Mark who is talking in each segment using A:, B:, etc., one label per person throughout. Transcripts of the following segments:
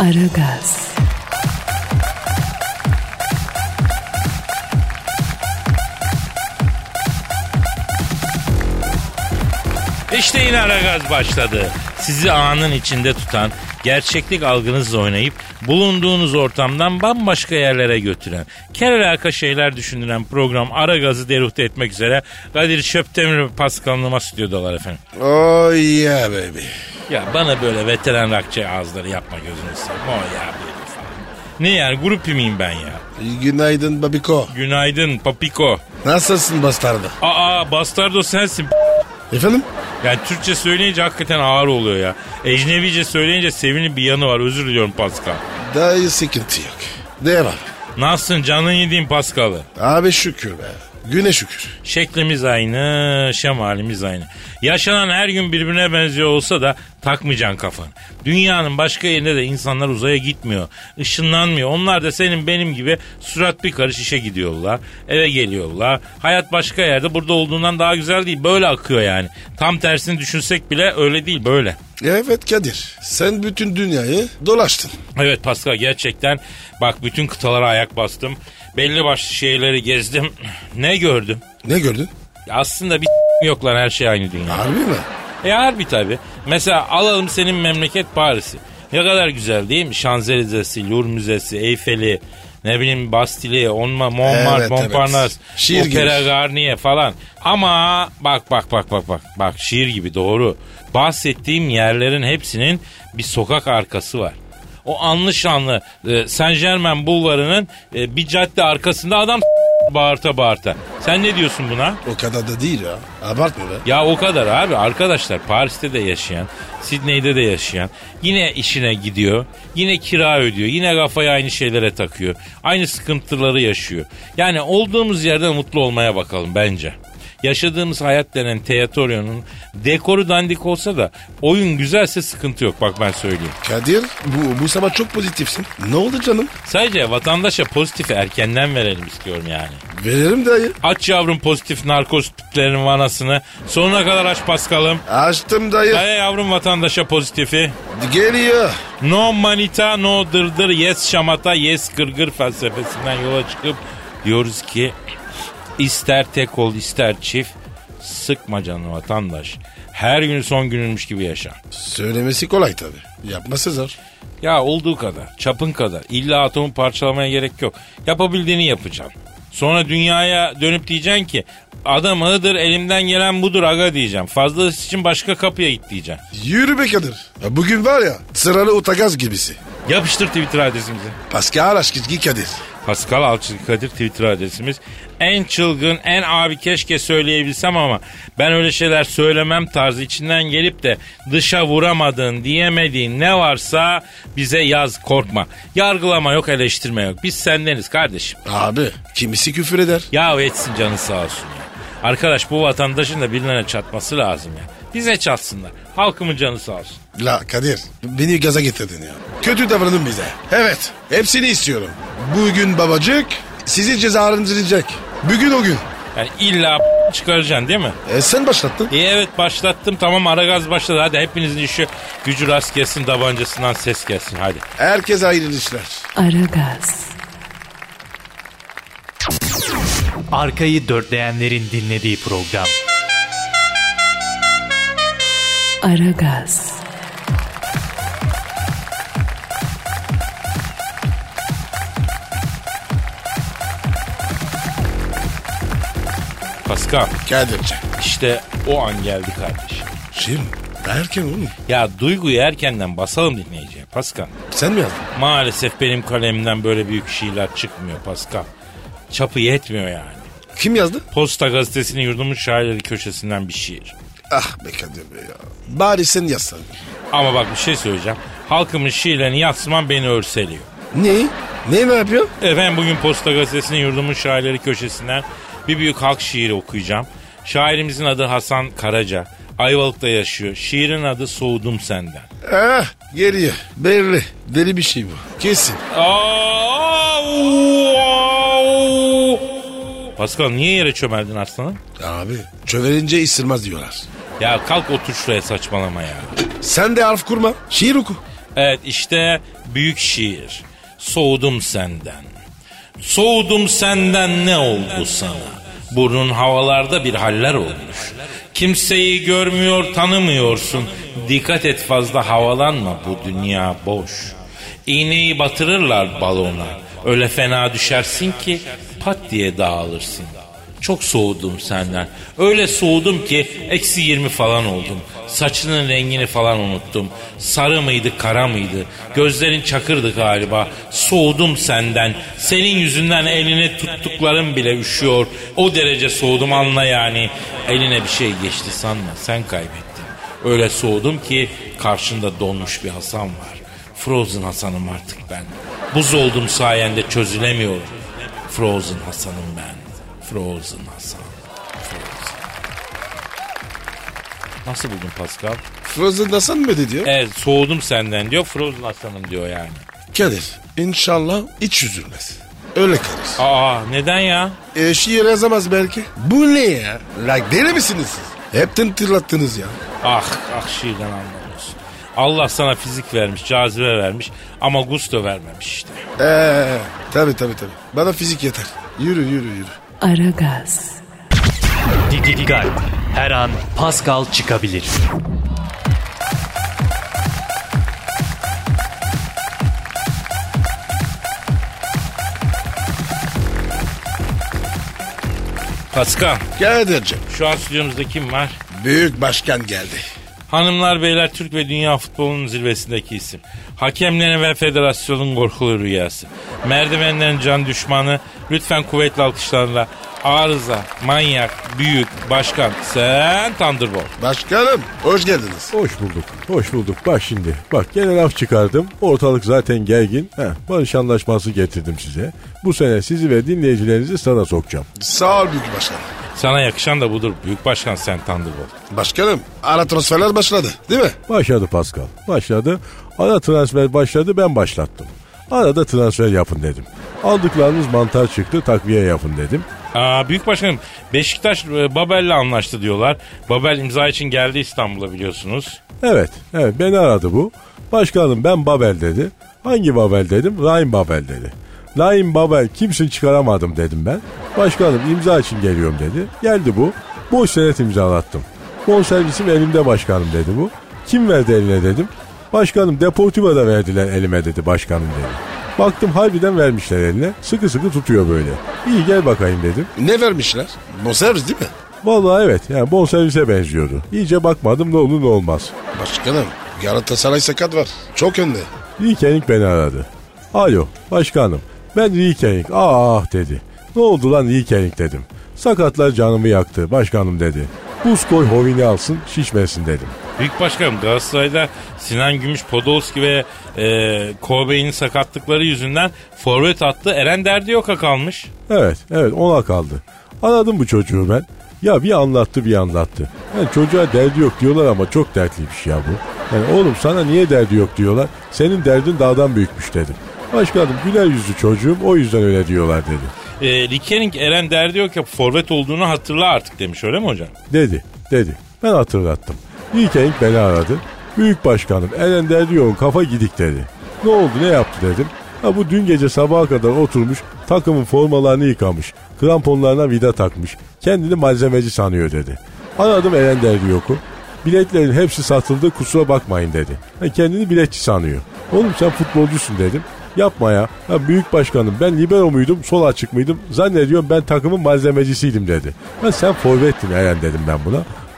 A: Aragaz,
B: İşte yine Aragaz başladı. Sizi anın içinde tutan, gerçeklik algınızla oynayıp bulunduğunuz ortamdan bambaşka yerlere götüren, kerelaka şeyler düşündüren program Aragaz'ı deruhte etmek üzere Kadir Şöptemir ve Pascal Numa stüdyodalar efendim.
C: Oh yeah baby.
B: Ya bana böyle veteran rakçı ağızları yapma gözünü seveyim. O ya bir falan. Ne yani grup miyim ben ya?
C: Günaydın babiko.
B: Günaydın Papiko.
C: Nasılsın bastardı?
B: Aa bastardo sensin.
C: Efendim?
B: Yani Türkçe söyleyince hakikaten ağır oluyor ya. Ecnevice söyleyince sevinin bir yanı var. Özür diliyorum Pascal.
C: Daha iyi sıkıntı yok. Devam.
B: Nasılsın canın yediğin Paskal'ı?
C: Abi şükür be. Güne şükür.
B: Şeklimiz aynı, şemalimiz aynı. Yaşanan her gün birbirine benziyor olsa da takmayacaksın kafanı. Dünyanın başka yerinde de insanlar uzaya gitmiyor, ışınlanmıyor. Onlar da senin benim gibi surat bir karış işe gidiyorlar, eve geliyorlar. Hayat başka yerde burada olduğundan daha güzel değil, böyle akıyor yani. Tam tersini düşünsek bile öyle değil, böyle.
C: Evet Kadir. Sen bütün dünyayı dolaştın.
B: Evet Pascal gerçekten bak bütün kıtalara ayak bastım. Belli başlı şeyleri gezdim. Ne gördüm?
C: Ne gördün?
B: Aslında bir yok lan her şey aynı dünya.
C: Harbi mi?
B: E harbi tabi. Mesela alalım senin memleket Paris'i. Ne kadar güzel değil mi? Şanzelize'si, Louvre Müzesi, Eyfel'i, ne bileyim Bastille, Onma, Montmartre,
C: Evet,
B: Montparnasse,
C: evet. Şiir gibi.
B: Opera Garnier falan. Ama bak bak bak bak bak bak şiir gibi doğru. Bahsettiğim yerlerin hepsinin bir sokak arkası var. O anlı şanlı e, Saint Germain bulvarının e, bir cadde arkasında adam bağırta bağırta. Sen ne diyorsun buna?
C: O kadar da değil ya. Abartma be.
B: Ya o kadar abi arkadaşlar Paris'te de yaşayan, Sidney'de de yaşayan yine işine gidiyor, yine kira ödüyor, yine kafayı aynı şeylere takıyor. Aynı sıkıntıları yaşıyor. Yani olduğumuz yerden mutlu olmaya bakalım bence. Yaşadığımız hayat denen teatoryonun dekoru dandik olsa da oyun güzelse sıkıntı yok bak ben söyleyeyim.
C: Kadir bu, bu sabah çok pozitifsin. Ne oldu canım?
B: Sadece vatandaşa pozitifi erkenden verelim istiyorum yani.
C: Veririm dayı.
B: Aç yavrum pozitif narkoz tiplerin vanasını. Sonuna kadar aç paskalım.
C: Açtım dayı.
B: Daya yavrum vatandaşa pozitifi.
C: Geliyor.
B: No manita no dırdır yes şamata yes gırgır felsefesinden yola çıkıp diyoruz ki ister tek ol ister çift sıkma canını vatandaş. Her gün son gününmüş gibi yaşa.
C: Söylemesi kolay tabii. Yapması zor.
B: Ya olduğu kadar, çapın kadar. İlla atomu parçalamaya gerek yok. Yapabildiğini yapacaksın. Sonra dünyaya dönüp diyeceksin ki adam ıdır elimden gelen budur aga diyeceğim. Fazlası için başka kapıya git diyeceğim.
C: Yürü be Kadir. Ya bugün var ya sıralı otagaz gibisi.
B: Yapıştır Twitter adresimizi.
C: Pascal Aşkizgi Kadir.
B: Pascal Alçık Kadir Twitter adresimiz. En çılgın, en abi keşke söyleyebilsem ama ben öyle şeyler söylemem tarzı içinden gelip de dışa vuramadığın, diyemediğin ne varsa bize yaz korkma. Yargılama yok, eleştirme yok. Biz sendeniz kardeşim.
C: Abi kimisi küfür eder.
B: Ya etsin canı sağ olsun ya. Arkadaş bu vatandaşın da birilerine çatması lazım ya. Bize çatsınlar. Halkımın canı sağ olsun.
C: La Kadir beni gaza getirdin ya. Kötü davranın bize. Evet hepsini istiyorum. Bugün babacık sizi cezalandıracak. Bugün o gün.
B: Yani illa çıkaracaksın değil mi?
C: E sen başlattın.
B: İyi evet başlattım tamam ara gaz başladı hadi hepinizin işi gücü rast gelsin tabancasından ses gelsin hadi.
C: Herkes hayırlı işler.
A: Aragaz,
D: Arkayı dörtleyenlerin dinlediği program.
A: Aragaz,
B: Paskal
C: Kadir'cim.
B: işte o an geldi kardeşim.
C: Şimdi erken oğlum.
B: Ya duyguyu erkenden basalım dinleyiciye Paskal.
C: Sen mi yazdın?
B: Maalesef benim kalemden böyle büyük şiirler çıkmıyor Paskal. Çapı yetmiyor yani.
C: Kim yazdı?
B: Posta gazetesinin yurdumun şairleri köşesinden bir şiir.
C: Ah be Kadir Bey ya. Bari sen yazsan.
B: Ama bak bir şey söyleyeceğim. Halkımın şiirlerini yatsıman beni örseliyor.
C: Ne? Ne mi yapıyor?
B: Efendim bugün Posta Gazetesi'nin yurdumun şairleri köşesinden bir büyük halk şiiri okuyacağım. Şairimizin adı Hasan Karaca. Ayvalık'ta yaşıyor. Şiirin adı Soğudum Senden.
C: Ah geliyor. Belli. Deli bir şey bu. Kesin.
B: Pascal niye yere çömeldin aslanım?
C: Abi çöverince ısırmaz diyorlar.
B: Ya kalk otur şuraya saçmalama ya.
C: Sen de harf kurma. Şiir oku.
B: Evet işte büyük şiir. Soğudum senden. Soğudum senden ne oldu sana? Burnun havalarda bir haller olmuş. Kimseyi görmüyor tanımıyorsun. Dikkat et fazla havalanma bu dünya boş. İğneyi batırırlar balona. Öyle fena düşersin ki pat diye dağılırsın. Çok soğudum senden. Öyle soğudum ki eksi 20 falan oldum. Saçının rengini falan unuttum. Sarı mıydı kara mıydı? Gözlerin çakırdı galiba. Soğudum senden. Senin yüzünden eline tuttuklarım bile üşüyor. O derece soğudum anla yani. Eline bir şey geçti sanma. Sen kaybettin. Öyle soğudum ki karşında donmuş bir Hasan var. Frozen Hasan'ım artık ben. Buz oldum sayende çözülemiyorum. Frozen Hasan'ım ben. Frozen Hasan. Frozen. Nasıl buldun Pascal?
C: Frozen Hasan mı dedi diyor?
B: Evet soğudum senden diyor. Frozen Hasan'ım diyor yani.
C: Kadir inşallah hiç üzülmez. Öyle kalır.
B: Aa neden ya?
C: E, şiir yazamaz belki. Bu ne ya? La deli misiniz siz? Hepten tırlattınız ya.
B: Ah ah şiirden anlamıyorsun. Allah sana fizik vermiş, cazibe vermiş ama gusto vermemiş işte.
C: Ee, tabii tabii tabii. Bana fizik yeter. Yürü yürü yürü.
A: Aragaz,
D: Didi Digal. Her an Pascal çıkabilir.
B: Pascal
C: Kadir'cim.
B: şu an stüdyomuzda kim var?
C: Büyük başkan geldi.
B: Hanımlar beyler Türk ve dünya futbolunun zirvesindeki isim. Hakemlerin ve federasyonun korkulu rüyası. Merdivenlerin can düşmanı lütfen kuvvetli alkışlarla arıza, manyak, büyük, başkan sen Thunderbolt.
C: Başkanım hoş geldiniz.
E: Hoş bulduk. Hoş bulduk. Bak şimdi. Bak gene laf çıkardım. Ortalık zaten gergin. Heh, barış anlaşması getirdim size. Bu sene sizi ve dinleyicilerinizi sana sokacağım.
C: Sağ ol büyük başkanım.
B: Sana yakışan da budur büyük başkan sen Thunderbolt.
C: Başkanım ara transferler başladı değil mi?
E: Başladı Pascal. Başladı. Ara transfer başladı ben başlattım. Arada transfer yapın dedim. Aldıklarınız mantar çıktı takviye yapın dedim.
B: Aa, büyük başkanım Beşiktaş e, Babel'le anlaştı diyorlar. Babel imza için geldi İstanbul'a biliyorsunuz.
E: Evet, evet beni aradı bu. Başkanım ben Babel dedi. Hangi Babel dedim? Rahim Babel dedi. Rahim Babel kimsin çıkaramadım dedim ben. Başkanım imza için geliyorum dedi. Geldi bu. Boş senet imzalattım. Bonservisim elimde başkanım dedi bu. Kim verdi eline dedim. Başkanım Deportivo'da verdiler elime dedi başkanım dedi. Baktım harbiden vermişler eline. Sıkı sıkı tutuyor böyle. İyi gel bakayım dedim.
C: Ne vermişler? Bonservis değil mi?
E: Vallahi evet yani bonservise benziyordu. İyice bakmadım ne olur ne olmaz.
C: Başkanım Galatasaray sakat var. Çok önde.
E: Rikenik beni aradı. Alo başkanım ben Rikenik ah ah dedi. Ne oldu lan Rikenik dedim. Sakatlar canımı yaktı başkanım dedi. Buz koy hovini alsın şişmesin dedim.
B: Büyük başkanım Galatasaray'da Sinan Gümüş, Podolski ve e, Kobe'nin sakatlıkları yüzünden forvet attı. Eren derdi yoka kalmış.
E: Evet evet ona kaldı. Aradım bu çocuğu ben. Ya bir anlattı bir anlattı. Yani çocuğa derdi yok diyorlar ama çok dertliymiş ya bu. Yani oğlum sana niye derdi yok diyorlar. Senin derdin dağdan büyükmüş dedim. Başkanım güler yüzlü çocuğum o yüzden öyle diyorlar dedi.
B: E, Rikering Eren derdi yoka forvet olduğunu hatırla artık demiş öyle mi hocam?
E: Dedi, dedi. Ben hatırlattım. Weekend beni aradı. Büyük başkanım Eren Derdiyor'un kafa gidik dedi. Ne oldu ne yaptı dedim. Ha bu dün gece sabaha kadar oturmuş takımın formalarını yıkamış. Kramponlarına vida takmış. Kendini malzemeci sanıyor dedi. Aradım Eren Derdiyor'u. Biletlerin hepsi satıldı kusura bakmayın dedi. Ha, kendini biletçi sanıyor. Oğlum sen futbolcusun dedim. Yapma ya. ya. Büyük başkanım ben libero muydum, sol açık mıydım? Zannediyorum ben takımın malzemecisiydim dedi. Ha sen forvettin Eren dedim ben buna.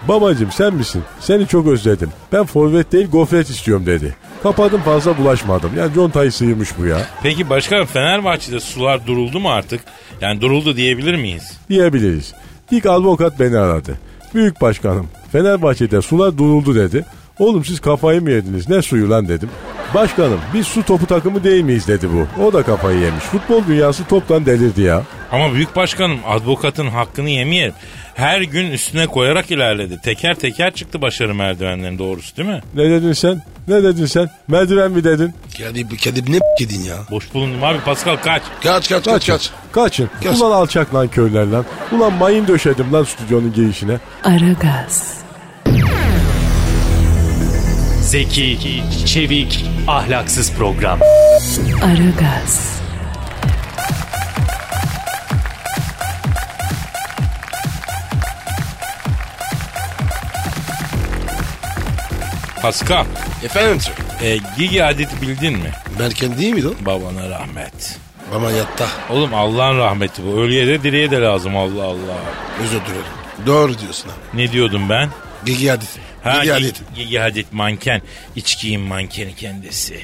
E: Babacım sen misin? Seni çok özledim. Ben forvet değil gofret istiyorum dedi. Kapadım fazla bulaşmadım. Yani contayı sıyırmış bu ya.
B: Peki başkanım Fenerbahçe'de sular duruldu mu artık? Yani duruldu diyebilir miyiz?
E: Diyebiliriz. Dik avukat beni aradı. Büyük başkanım Fenerbahçe'de sular duruldu dedi. Oğlum siz kafayı mı yediniz ne suyu lan dedim. Başkanım biz su topu takımı değil miyiz dedi bu. O da kafayı yemiş. Futbol dünyası toptan delirdi ya.
B: Ama büyük başkanım advokatın hakkını yemeyelim. Her gün üstüne koyarak ilerledi. Teker teker çıktı başarı merdivenlerinin doğrusu değil mi?
E: Ne dedin sen? Ne dedin sen? Merdiven mi dedin?
C: Kadir, Kadir ne yedin ya?
B: Boş bulundum abi Pascal kaç.
C: Kaç kaç kaç kaç.
E: Kaçın.
C: Kaç.
E: Ulan alçak lan köyler lan. Ulan mayın döşedim lan stüdyonun girişine.
A: Aragaz,
D: Zeki, çevik, ahlaksız program.
A: Aragaz,
B: Pascal
C: Efendim sir.
B: e, Gigi Hadid'i bildin mi?
C: Berken değil miydi o?
B: Babana rahmet.
C: Baba yatta.
B: Oğlum Allah'ın rahmeti bu. Ölüye de diriye de lazım Allah Allah.
C: Özür dilerim. Doğru diyorsun abi.
B: Ne diyordum ben?
C: Gigi Hadid.
B: Ha,
C: Gigi
B: Gigi,
C: Hadid.
B: Gigi Hadid manken. İçkiyim mankeni kendisi.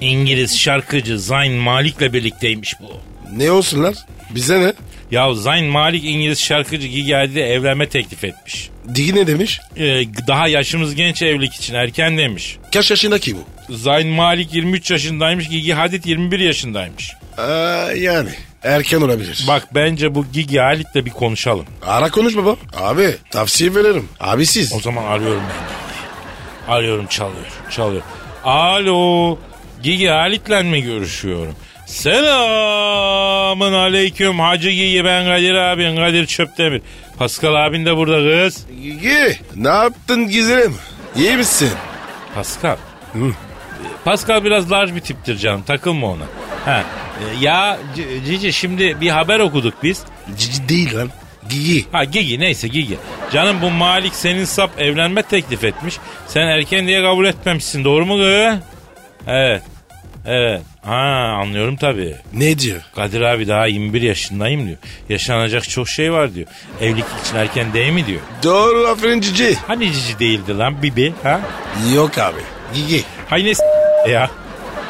B: İngiliz şarkıcı Zayn Malik'le birlikteymiş bu.
C: Ne olsunlar? Bize ne?
B: Ya Zayn Malik İngiliz şarkıcı Gigi Hadid'e evlenme teklif etmiş.
C: Digi ne demiş?
B: Ee, daha yaşımız genç evlilik için erken demiş.
C: Kaç yaşındaki bu?
B: Zayn Malik 23 yaşındaymış, Gigi Hadid 21 yaşındaymış.
C: Aa, Ee, yani erken olabilir.
B: Bak bence bu Gigi Hadid'le bir konuşalım.
C: Ara konuş baba. Abi tavsiye veririm. Abi siz.
B: O zaman arıyorum ben Gigi'yi. Arıyorum çalıyor, çalıyor. Alo, Gigi Hadid'le mi görüşüyorum? Selamın aleyküm Hacı Gigi ben Kadir abin Kadir Çöptemir. Pascal abin de burada kız.
C: Gigi ne yaptın Gizem? İyi misin?
B: Pascal. Pascal biraz large bir tiptir canım takılma ona. Ha. e, Ya C- Cici şimdi bir haber okuduk biz.
C: Cici değil lan. Gigi.
B: Ha Gigi neyse Gigi. Canım bu Malik senin sap evlenme teklif etmiş. Sen erken diye kabul etmemişsin doğru mu gı? Evet. Evet. Ha anlıyorum tabii.
C: Ne diyor?
B: Kadir abi daha 21 yaşındayım diyor. Yaşanacak çok şey var diyor. Evlilik için erken değil mi diyor.
C: Doğru aferin Cici.
B: Hani cici değildi lan bibi ha?
C: Yok abi. Gigi.
B: Hay ne s- ya?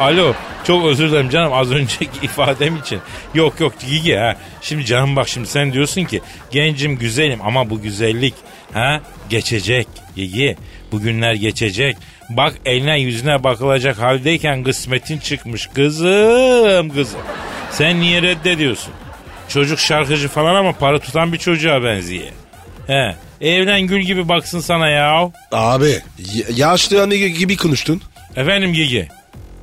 B: Alo çok özür dilerim canım az önceki ifadem için. Yok yok Gigi ha. Şimdi canım bak şimdi sen diyorsun ki gencim güzelim ama bu güzellik ha geçecek Gigi. Bu günler geçecek. Bak eline yüzüne bakılacak haldeyken kısmetin çıkmış kızım kızım. Sen niye reddediyorsun? Çocuk şarkıcı falan ama para tutan bir çocuğa benziyor. He. Evlen gül gibi baksın sana yahu.
C: Abi y- yaşlı anne gibi konuştun.
B: Efendim Gigi.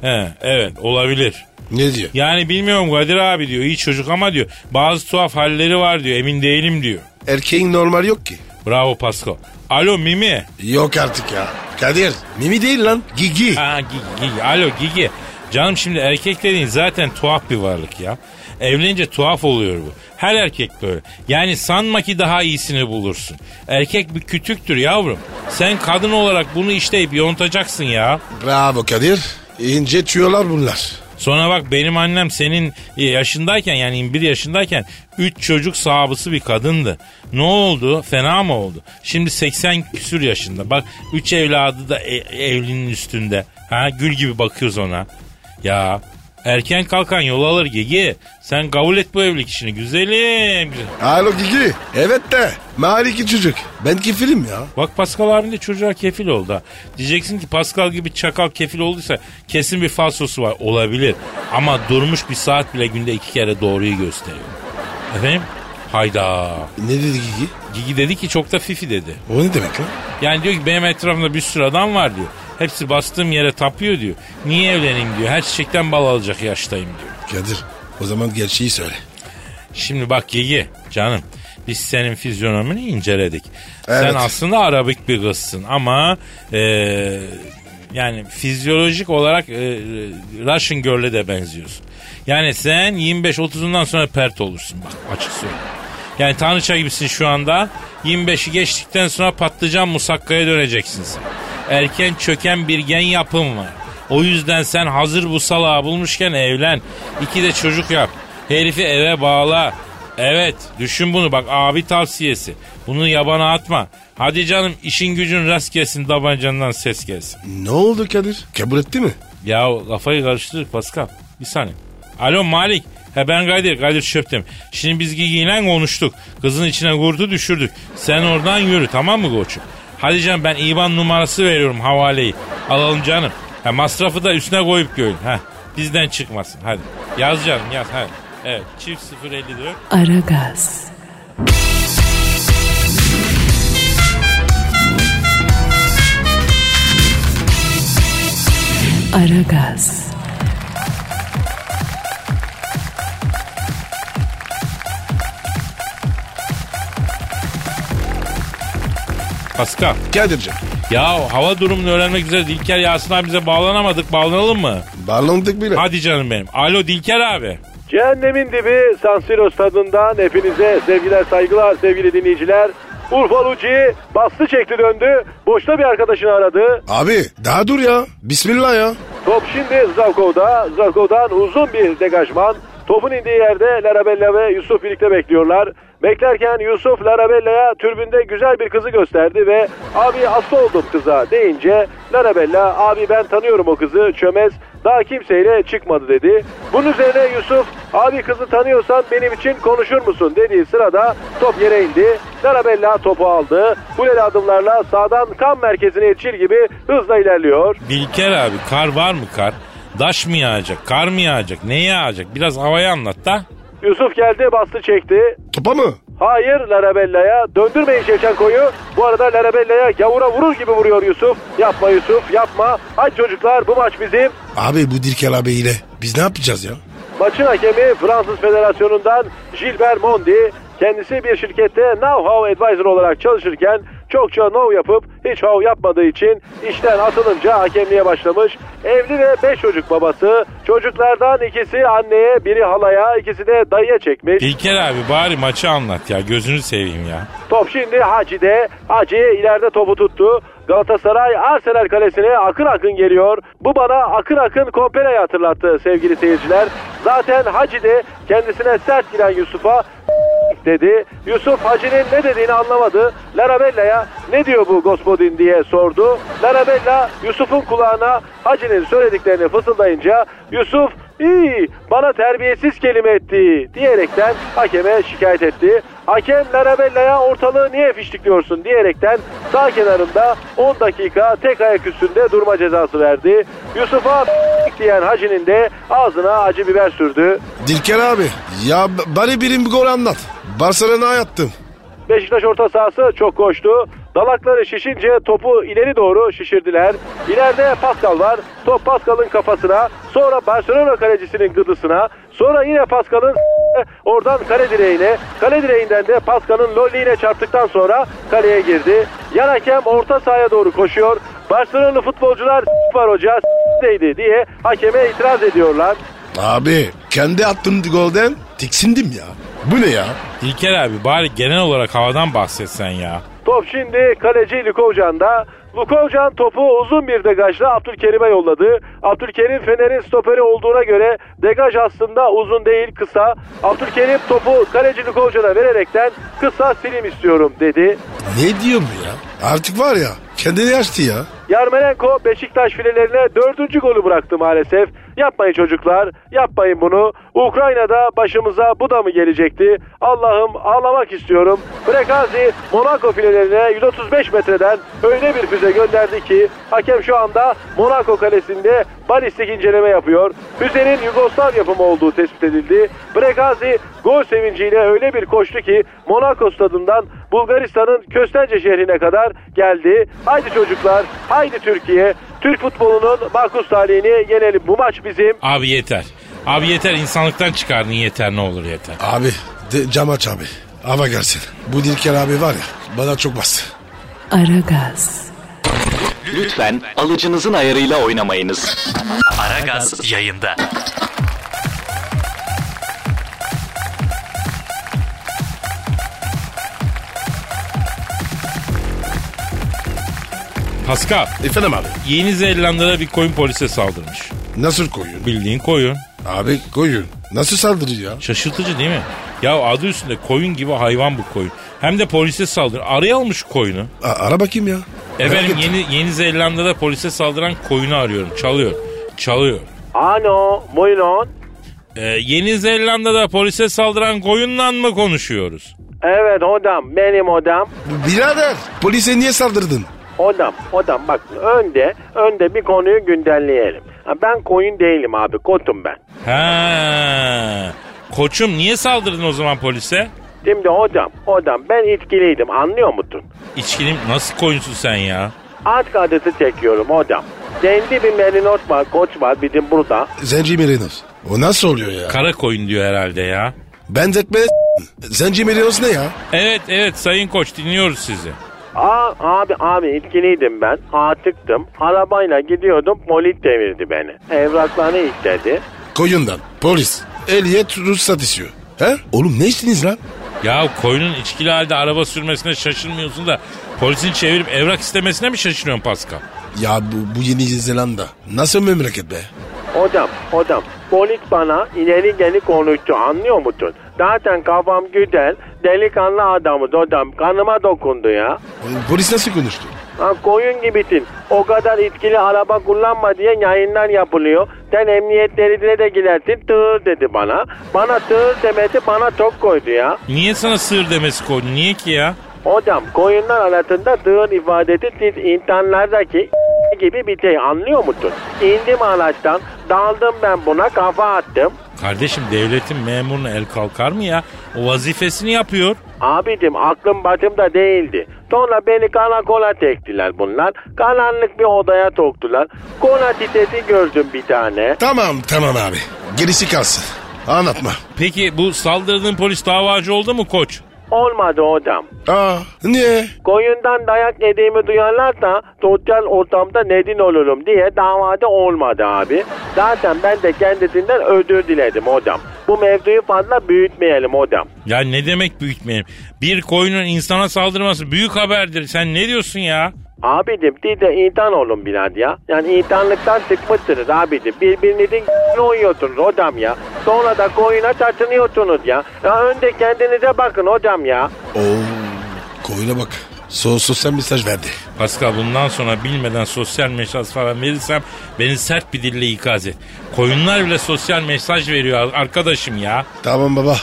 B: He, evet olabilir.
C: Ne diyor?
B: Yani bilmiyorum Kadir abi diyor iyi çocuk ama diyor bazı tuhaf halleri var diyor emin değilim diyor.
C: Erkeğin normal yok ki.
B: Bravo Pasko. Alo Mimi.
C: Yok artık ya. Kadir. Mimi değil lan. Gigi.
B: Ha, Gigi, Gigi. Alo Gigi. Canım şimdi erkek dediğin zaten tuhaf bir varlık ya. Evlenince tuhaf oluyor bu. Her erkek böyle. Yani sanma ki daha iyisini bulursun. Erkek bir kütüktür yavrum. Sen kadın olarak bunu işleyip yontacaksın ya.
C: Bravo Kadir. İnce tüyolar bunlar.
B: Sonra bak benim annem senin e, yaşındayken yani 21 yaşındayken 3 çocuk sahibi bir kadındı. Ne oldu? Fena mı oldu? Şimdi 80 küsür yaşında. Bak 3 evladı da e- evlinin üstünde. Ha gül gibi bakıyoruz ona. Ya erken kalkan yol alır Gigi. Sen kabul et bu evlilik işini güzelim. güzel.
C: Alo Gigi. Evet de. Maliki çocuk. Ben kefilim ya.
B: Bak Pascal abin de çocuğa kefil oldu ha. Diyeceksin ki Pascal gibi çakal kefil olduysa kesin bir falsosu var. Olabilir. Ama durmuş bir saat bile günde iki kere doğruyu gösteriyor. Efendim? Hayda.
C: Ne dedi Gigi?
B: Gigi dedi ki çok da fifi dedi.
C: O ne demek lan?
B: Yani diyor ki benim etrafımda bir sürü adam var diyor. Hepsi bastığım yere tapıyor diyor. Niye evleneyim diyor. Her çiçekten bal alacak yaştayım diyor.
C: Kadir. O zaman gerçeği söyle.
B: Şimdi bak Gigi canım biz senin fizyonomunu inceledik. Sen
C: Evet.
B: aslında Arabik bir kızsın ama e, yani fizyolojik olarak e, Russian Girl'e de benziyorsun. Yani sen 25-30'undan sonra pert olursun bak açık söyleyeyim. Yani tanrıça gibisin şu anda. 25'i geçtikten sonra patlıcan musakkaya döneceksin sen. Erken çöken bir gen yapım var. O yüzden sen hazır bu salağı bulmuşken evlen. İki de çocuk yap. Herifi eve bağla. Evet düşün bunu bak abi tavsiyesi. Bunu yabana atma. Hadi canım işin gücün rast gelsin tabancandan ses gelsin.
C: Ne oldu Kadir? Kabul etti mi?
B: Ya kafayı karıştırdık Pascal. Bir saniye. Alo Malik. He ben Kadir, Kadir Şöptem. Şimdi biz Gigi'yle konuştuk. Kızın içine kurdu düşürdük. Sen oradan yürü tamam mı koçum? Hadi canım ben IBAN numarası veriyorum havaleyi. Alalım canım. Ha, masrafı da üstüne koyup göğün. Ha, bizden çıkmasın hadi. Yaz canım yaz hadi. Evet çift 054
A: Aragaz, Aragaz,
B: Pascal.
C: Kadir'cim
B: Ya hava durumunu öğrenmek üzere Dilker Yasin abi bize bağlanamadık. Bağlanalım mı?
C: bağlandık bile.
B: Hadi canım benim. Alo Dilker abi.
F: Cehennemin dibi San Siro stadından hepinize sevgiler saygılar sevgili dinleyiciler. Urfa Luci bastı çekti döndü. Boşta bir arkadaşını aradı.
C: Abi daha dur ya. Bismillah ya.
F: Top şimdi Zrakov'da. Zrakov'dan uzun bir degajman. Topun indiği yerde Larabella ve Yusuf birlikte bekliyorlar. Beklerken Yusuf Larabella'ya türbünde güzel bir kızı gösterdi ve abi hasta oldum kıza deyince Larabella abi ben tanıyorum o kızı çömez daha kimseyle çıkmadı dedi. Bunun üzerine Yusuf abi kızı tanıyorsan benim için konuşur musun dediği sırada top yere indi. Larabella topu aldı. Kuleli adımlarla sağdan kan merkezine yetişir gibi hızla ilerliyor.
B: Dilker abi kar var mı kar? Daş mı yağacak? Kar mı yağacak? Ne yağacak? Biraz havayı anlat da.
F: Yusuf geldi bastı çekti.
C: Topa mı?
F: Hayır Larabella'ya. Döndürmeyin Şevçenko'yu. Bu arada Larabella'ya gavura vurur gibi vuruyor Yusuf. Yapma Yusuf yapma. Hadi çocuklar bu maç bizim.
C: Abi bu Dirkel abiyle biz ne yapacağız ya?
F: Maçın hakemi Fransız Federasyonu'ndan Gilbert Mondi. Kendisi bir şirkette Now How Advisor olarak çalışırken çokça now yapıp hiç how yapmadığı için işten atılınca hakemliğe başlamış. Evli ve 5 çocuk babası. Çocuklardan ikisi anneye, biri halaya, ikisi de dayıya çekmiş.
B: Dilker abi bari maçı anlat ya. Gözünü seveyim ya.
F: Top şimdi Hacı'de. Hacı ileride topu tuttu. Galatasaray Arsenal kalesine akın akın geliyor. Bu bana akın akın Kompere'yi hatırlattı sevgili seyirciler. Zaten Hacı de kendisine sert giren Yusuf'a dedi. Yusuf Hacı'nin ne dediğini anlamadı. Larabella'ya ne diyor bu Gospodin diye sordu. Larabella Yusuf'un kulağına Hacı'nin söylediklerini fısıldayınca Yusuf iyi bana terbiyesiz kelime etti diyerekten hakeme şikayet etti. Hakem Larabella'ya ortalığı niye fiştikliyorsun diyerekten sağ kenarında 10 dakika tek ayak üstünde durma cezası verdi. Yusuf'a diyen Hacı'nin de ağzına acı biber sürdü.
C: Dilker abi ya b- bari birim bir gol anlat. Barcelona'ya attım.
F: Beşiktaş orta sahası çok koştu. Dalakları şişince topu ileri doğru şişirdiler. İleride Pascal var. Top Pascal'ın kafasına, sonra Barcelona kalecisinin gıdısına, sonra yine Pascal'ın oradan kale direğine, kale direğinden de Pascal'ın lolliğine çarptıktan sonra kaleye girdi. Yan hakem orta sahaya doğru koşuyor. Barcelona futbolcular var hoca deydi diye hakeme itiraz ediyorlar.
C: Abi kendi attığım golden tiksindim ya. Bu ne ya?
B: Dilker abi bari genel olarak havadan bahsetsen ya.
F: Top şimdi kaleci Lukovcan'da. Lukovcan topu uzun bir degajla Abdülkerim'e yolladı. Abdülkerim Fener'in stoperi olduğuna göre degaj aslında uzun değil kısa. Abdülkerim topu kaleci Lukovcan'a vererekten kısa silim istiyorum dedi.
C: Ne diyor bu ya? Artık var ya kendini açtı ya.
F: Yarmolenko Beşiktaş filelerine dördüncü golü bıraktı maalesef. Yapmayın çocuklar, yapmayın bunu. Ukrayna'da başımıza bu da mı gelecekti? Allah'ım ağlamak istiyorum. Brekazi Monaco filelerine 135 metreden öyle bir füze gönderdi ki hakem şu anda Monaco kalesinde balistik inceleme yapıyor. Füzenin Yugoslav yapımı olduğu tespit edildi. Brekazi gol sevinciyle öyle bir koştu ki Monaco stadından Bulgaristan'ın Köstence şehrine kadar geldi. Haydi çocuklar, haydi Türkiye. Türk futbolunun makus talihini yenelim. Bu maç bizim.
B: Abi yeter. Abi yeter insanlıktan çıkardın yeter ne olur yeter.
C: Abi de, cam aç abi. Hava gelsin. Bu Dilker abi var ya bana çok bastı.
A: Aragaz,
G: Lütfen alıcınızın ayarıyla oynamayınız.
D: Aragaz yayında.
B: Pascal
C: Efendim abi.
B: Yeni Zelanda'da bir koyun polise saldırmış.
C: Nasıl koyun?
B: Bildiğin koyun.
C: Abi koyun. Nasıl saldırıyor ya?
B: Şaşırtıcı değil mi? Ya adı üstünde koyun gibi hayvan bu koyun. Hem de polise saldırı. Araya almış koyunu.
C: A- ara bakayım ya. Merak
B: Efendim
C: ettim.
B: yeni, yeni Zelanda'da polise saldıran koyunu arıyorum. Çalıyor. Çalıyor.
F: Ano, Moynon.
B: Ee, Yeni Zelanda'da polise saldıran koyunla mı konuşuyoruz?
F: Evet odam benim odam.
C: Birader polise niye saldırdın?
F: Odam odam bak önde önde bir konuyu gündelleyelim. Ha, Ben koyun değilim abi kotum ben.
B: Ha. Koçum niye saldırdın o zaman polise?
F: Şimdi odam odam ben itkiliydim anlıyor musun?
B: İçkilim nasıl koyunsun sen ya?
F: At adısı çekiyorum odam. Kendi bir merinos var koç var bizim burada.
C: Zenci merinos. O nasıl oluyor ya?
B: Kara koyun diyor herhalde ya.
C: ben zekme Zenci merinos ne ya?
B: Evet evet sayın koç dinliyoruz sizi.
F: Aa, abi abi itkiliydim ben. Atıktım. Arabayla gidiyordum. Polis devirdi beni. Evraklarını istedi.
C: Koyundan. Polis. Ehliyet ruhsat istiyor. He? Oğlum ne içtiniz lan?
B: Ya koyunun içkili halde araba sürmesine şaşırmıyorsun da polisin çevirip evrak istemesine mi şaşırıyorsun Pascal?
C: Ya bu, bu Yeni Zelanda. Nasıl memleket be?
F: Hocam, hocam polis bana ileri geri konuştu anlıyor musun? Zaten kafam güzel, delikanlı adamız hocam. Kanıma dokundu ya.
C: E, Polis nasıl konuştu?
F: Lan koyun gibisin. O kadar etkili araba kullanma diye yayınlar yapılıyor. Sen emniyet deridine de gidersin tığır dedi bana. Bana tığır demesi bana çok koydu ya.
B: Niye sana sığır demesi koydu? Niye ki ya?
F: Hocam koyunlar arasında tığır ifadesi siz insanlardaki gibi bir şey anlıyor musun? İndim araçtan, daldım ben buna kafa attım.
B: Kardeşim devletin memuruna el kalkar mı ya? O vazifesini yapıyor.
F: Abicim aklım başımda değildi. Sonra beni karakola çektiler bunlar. Karanlık bir odaya soktular. Kola sitesi gördüm bir tane.
C: Tamam tamam abi. Gerisi kalsın. Anlatma.
B: Peki bu saldırdığın polis davacı oldu mu koç?
F: Olmadı hocam.
C: Aa niye?
F: Koyundan dayak yediğimi duyarlarsa sosyal ortamda nedin olurum diye davada olmadı abi. Zaten ben de kendisinden ödül diledim hocam. Bu mevzuyu fazla büyütmeyelim hocam.
B: Ya ne demek büyütmeyelim? Bir koyunun insana saldırması büyük haberdir. Sen ne diyorsun ya?
F: Abicim siz de insan olun biraz ya. Yani insanlıktan çıkmışsınız abicim. Birbirinizin oynuyorsunuz hocam ya. Sonra da koyuna taşınıyorsunuz ya. Ya önce kendinize bakın hocam ya.
C: Oo koyuna bak. So sosyal mesaj verdi.
B: Pascal bundan sonra bilmeden sosyal mesaj falan verirsem beni sert bir dille ikaz et. Koyunlar bile sosyal mesaj veriyor arkadaşım ya.
C: Tamam baba.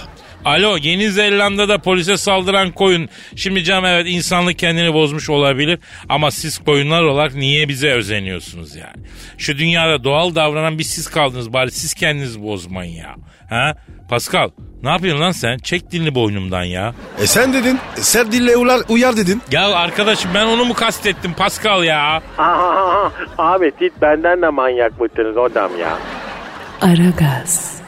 B: Alo Yeni Zelanda'da polise saldıran koyun. Şimdi canım evet insanlık kendini bozmuş olabilir ama siz koyunlar olarak niye bize özeniyorsunuz yani? Şu dünyada doğal davranan bir siz kaldınız bari siz kendinizi bozmayın ya. Ha? Pascal ne yapıyorsun lan sen? Çek dilini boynumdan ya.
C: E sen dedin. Ser dille uyar, uyar dedin.
B: Ya arkadaşım ben onu mu kastettim Pascal ya?
F: Ahahaha. Abi siz benden de manyak mısınız hocam ya.
A: Aragaz.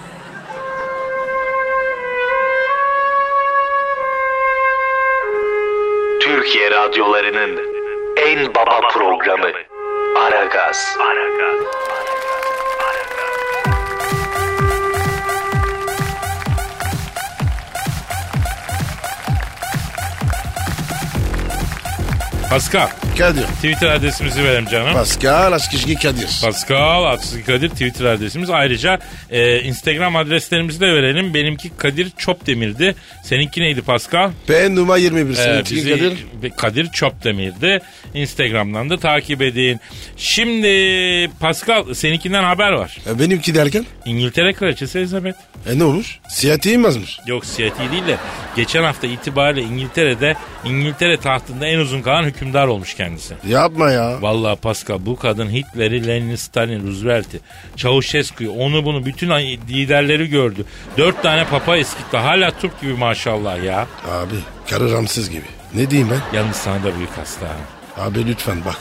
H: Türkiye radyolarının en baba programı Aragaz.
B: Pascal
C: Kadir.
B: Twitter adresimizi verelim canım.
C: Pascal Askizgi Kadir.
B: Pascal Askizgi Kadir Twitter adresimiz. Ayrıca e, Instagram adreslerimizi de verelim. Benimki Kadir Çopdemir'di. Seninki neydi Pascal?
C: P numara 21.
B: Ee,
C: Seninki
B: bizi
C: Kadir.
B: Kadir Çopdemir'di. Instagram'dan da takip edin. Şimdi Pascal seninkinden haber var.
C: E, benimki derken?
B: İngiltere Kraliçesi Elizabeth.
C: E ne olmuş? Siyati inmezmiş.
B: Yok siyati değil de geçen hafta itibariyle İngiltere'de İngiltere tahtında en uzun kalan hükümdar olmuş kendisi.
C: Yapma ya.
B: Vallahi Pascal bu kadın Hitler'i, Lenin'i, Stalin, Roosevelt'i, Çavuşescu'yu, onu bunu bütün ay- liderleri gördü. Dört tane papa eskitti. Hala Türk gibi maşallah ya.
C: Abi karı ramsız gibi. Ne diyeyim ben?
B: Yalnız sana da büyük hasta. ha.
C: Abi lütfen bak.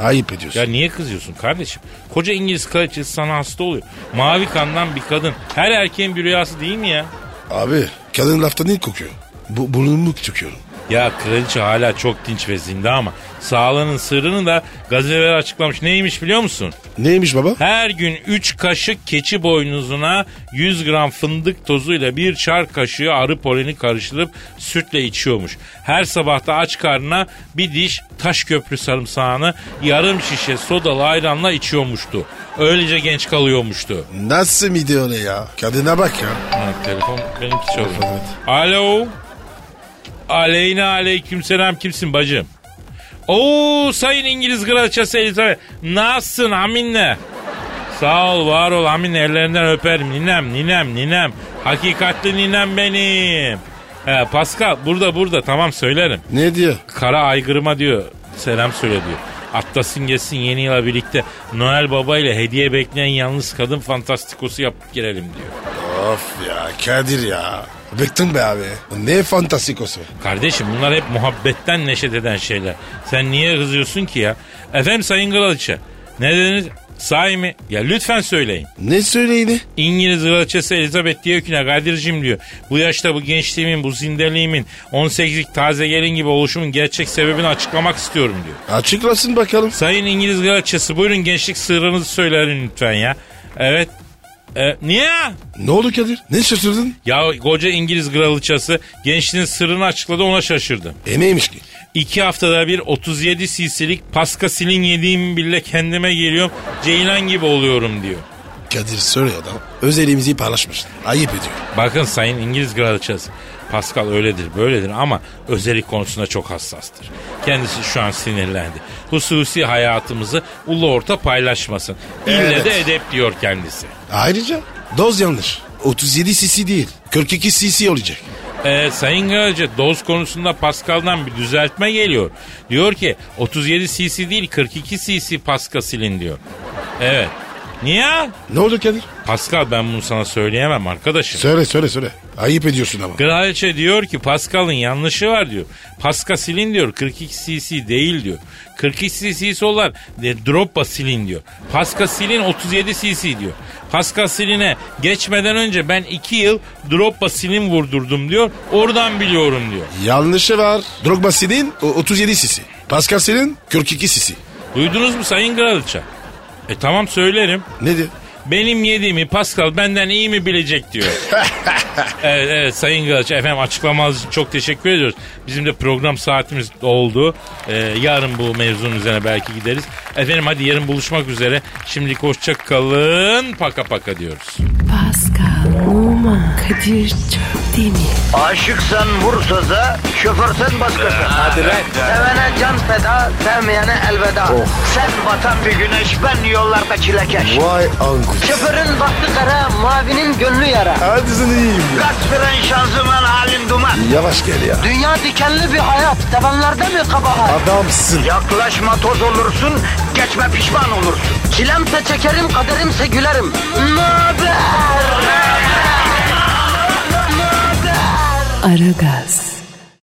C: Ayıp ediyorsun.
B: Ya niye kızıyorsun kardeşim? Koca İngiliz kraliçesi sana hasta oluyor. Mavi kandan bir kadın. Her erkeğin bir rüyası değil mi ya?
C: Abi kadın laftan ilk kokuyor. Bu, burnumu tüküyorum.
B: Ya kraliçe hala çok dinç ve zinde ama sağlığının sırrını da gazeteler açıklamış. Neymiş biliyor musun?
C: Neymiş baba?
B: Her gün 3 kaşık keçi boynuzuna 100 gram fındık tozuyla bir çar kaşığı arı poleni karıştırıp sütle içiyormuş. Her sabah da aç karnına bir diş taş köprü sarımsağını yarım şişe sodalı ayranla içiyormuştu. Öylece genç kalıyormuştu.
C: Nasıl mide öyle ya? Kadına bak ya.
B: Ha, telefon benimki çalıyor. Alo. Aleyna aleyküm selam kimsin bacım? Oo sayın İngiliz kraliçesi Elizabeth. Nasılsın aminle? Sağ ol var ol amin ellerinden öperim ninem ninem ninem. Hakikatli ninem benim. He, Pascal burada burada tamam söylerim.
C: Ne diyor?
B: Kara aygırıma diyor selam söyle diyor. Atlasın gelsin yeni yıla birlikte Noel Baba ile hediye bekleyen yalnız kadın fantastikosu yapıp girelim diyor.
C: Of ya Kadir ya. Bıktım be abi. Ne fantastikosu.
B: Kardeşim bunlar hep muhabbetten neşet eden şeyler. Sen niye kızıyorsun ki ya? Efendim Sayın Kraliçe ne dediniz? Sahi mi? Ya lütfen söyleyin.
C: Ne söyleyini?
B: İngiliz kraliçesi Elizabeth diyor ki ne Kadir'cim diyor. Bu yaşta bu gençliğimin, bu zindeliğimin, 18'lik taze gelin gibi oluşumun gerçek sebebini açıklamak istiyorum diyor.
C: Açıklasın bakalım.
B: Sayın İngiliz kraliçesi buyurun gençlik sırrınızı söyleyin lütfen ya. Evet. E, niye?
C: Ne oldu Kadir? Ne şaşırdın?
B: Ya koca İngiliz kraliçesi gençliğin sırrını açıkladı ona şaşırdım.
C: E neymiş ki?
B: İki haftada bir 37 cc'lik paskasilin yediğim bile kendime geliyorum. Ceylan gibi oluyorum diyor.
C: Kadir soruyor adam. Özelimizi paylaşmış. Ayıp ediyor.
B: Bakın Sayın İngiliz Kraliçesi Pascal öyledir böyledir ama özellik konusunda çok hassastır. Kendisi şu an sinirlendi. Hususi hayatımızı ulu orta paylaşmasın. İlle
C: Evet.
B: de edep diyor kendisi.
C: Ayrıca doz yanlış. 37 cc değil. 42 cc olacak.
B: Ee, Sayın Kraliçe doz konusunda Pascal'dan bir düzeltme geliyor. Diyor ki 37 cc değil 42 cc Pascal'in diyor. Evet. Niye?
C: Ne oldu Kadir?
B: Pascal ben bunu sana söyleyemem arkadaşım.
C: Söyle söyle söyle. Ayıp ediyorsun ama.
B: Kraliçe diyor ki Pascal'ın yanlışı var diyor. Pascal silin diyor 42 cc değil diyor. 42 cc'si olan e, Droppa silin diyor. Pascal silin 37 cc diyor. Pascal siline geçmeden önce ben 2 yıl Droppa silin vurdurdum diyor. Oradan biliyorum diyor.
C: Yanlışı var. Drogba senin o 37 cc. Pascal senin 42 cc.
B: Duydunuz mu Sayın Kraliçe? E tamam söylerim.
C: Ne diyor?
B: Benim yediğimi Pascal benden iyi mi bilecek diyor. evet, evet Sayın Galaç efendim açıklamanız için çok teşekkür ediyoruz. Bizim de program saatimiz oldu. Ee, yarın bu mevzunun üzerine belki gideriz. Efendim hadi yarın buluşmak üzere. Şimdilik hoşça kalın paka paka diyoruz.
A: Pascal, Oman, Kadir çok değil mi?
G: Aşıksan vursa da şoförsen başkasın. Hadi Sevene can feda, sevmeyene elveda. Sen batan bir güneş, ben yollarda çilekeş.
C: Vay anku.
G: Şoförün baktı kara, mavinin gönlü yara.
C: Hadi sen iyiyim ya.
G: Kasperen şanzıman halin duman.
C: Yavaş gel ya.
G: Dünya dikenli bir hayat, sevenlerde mi kabahar?
C: Adamsın.
G: Yaklaşma toz olursun, geçme pişman olursun. Çilemse çekerim, kaderimse gülerim. Möber!
A: Aragaz.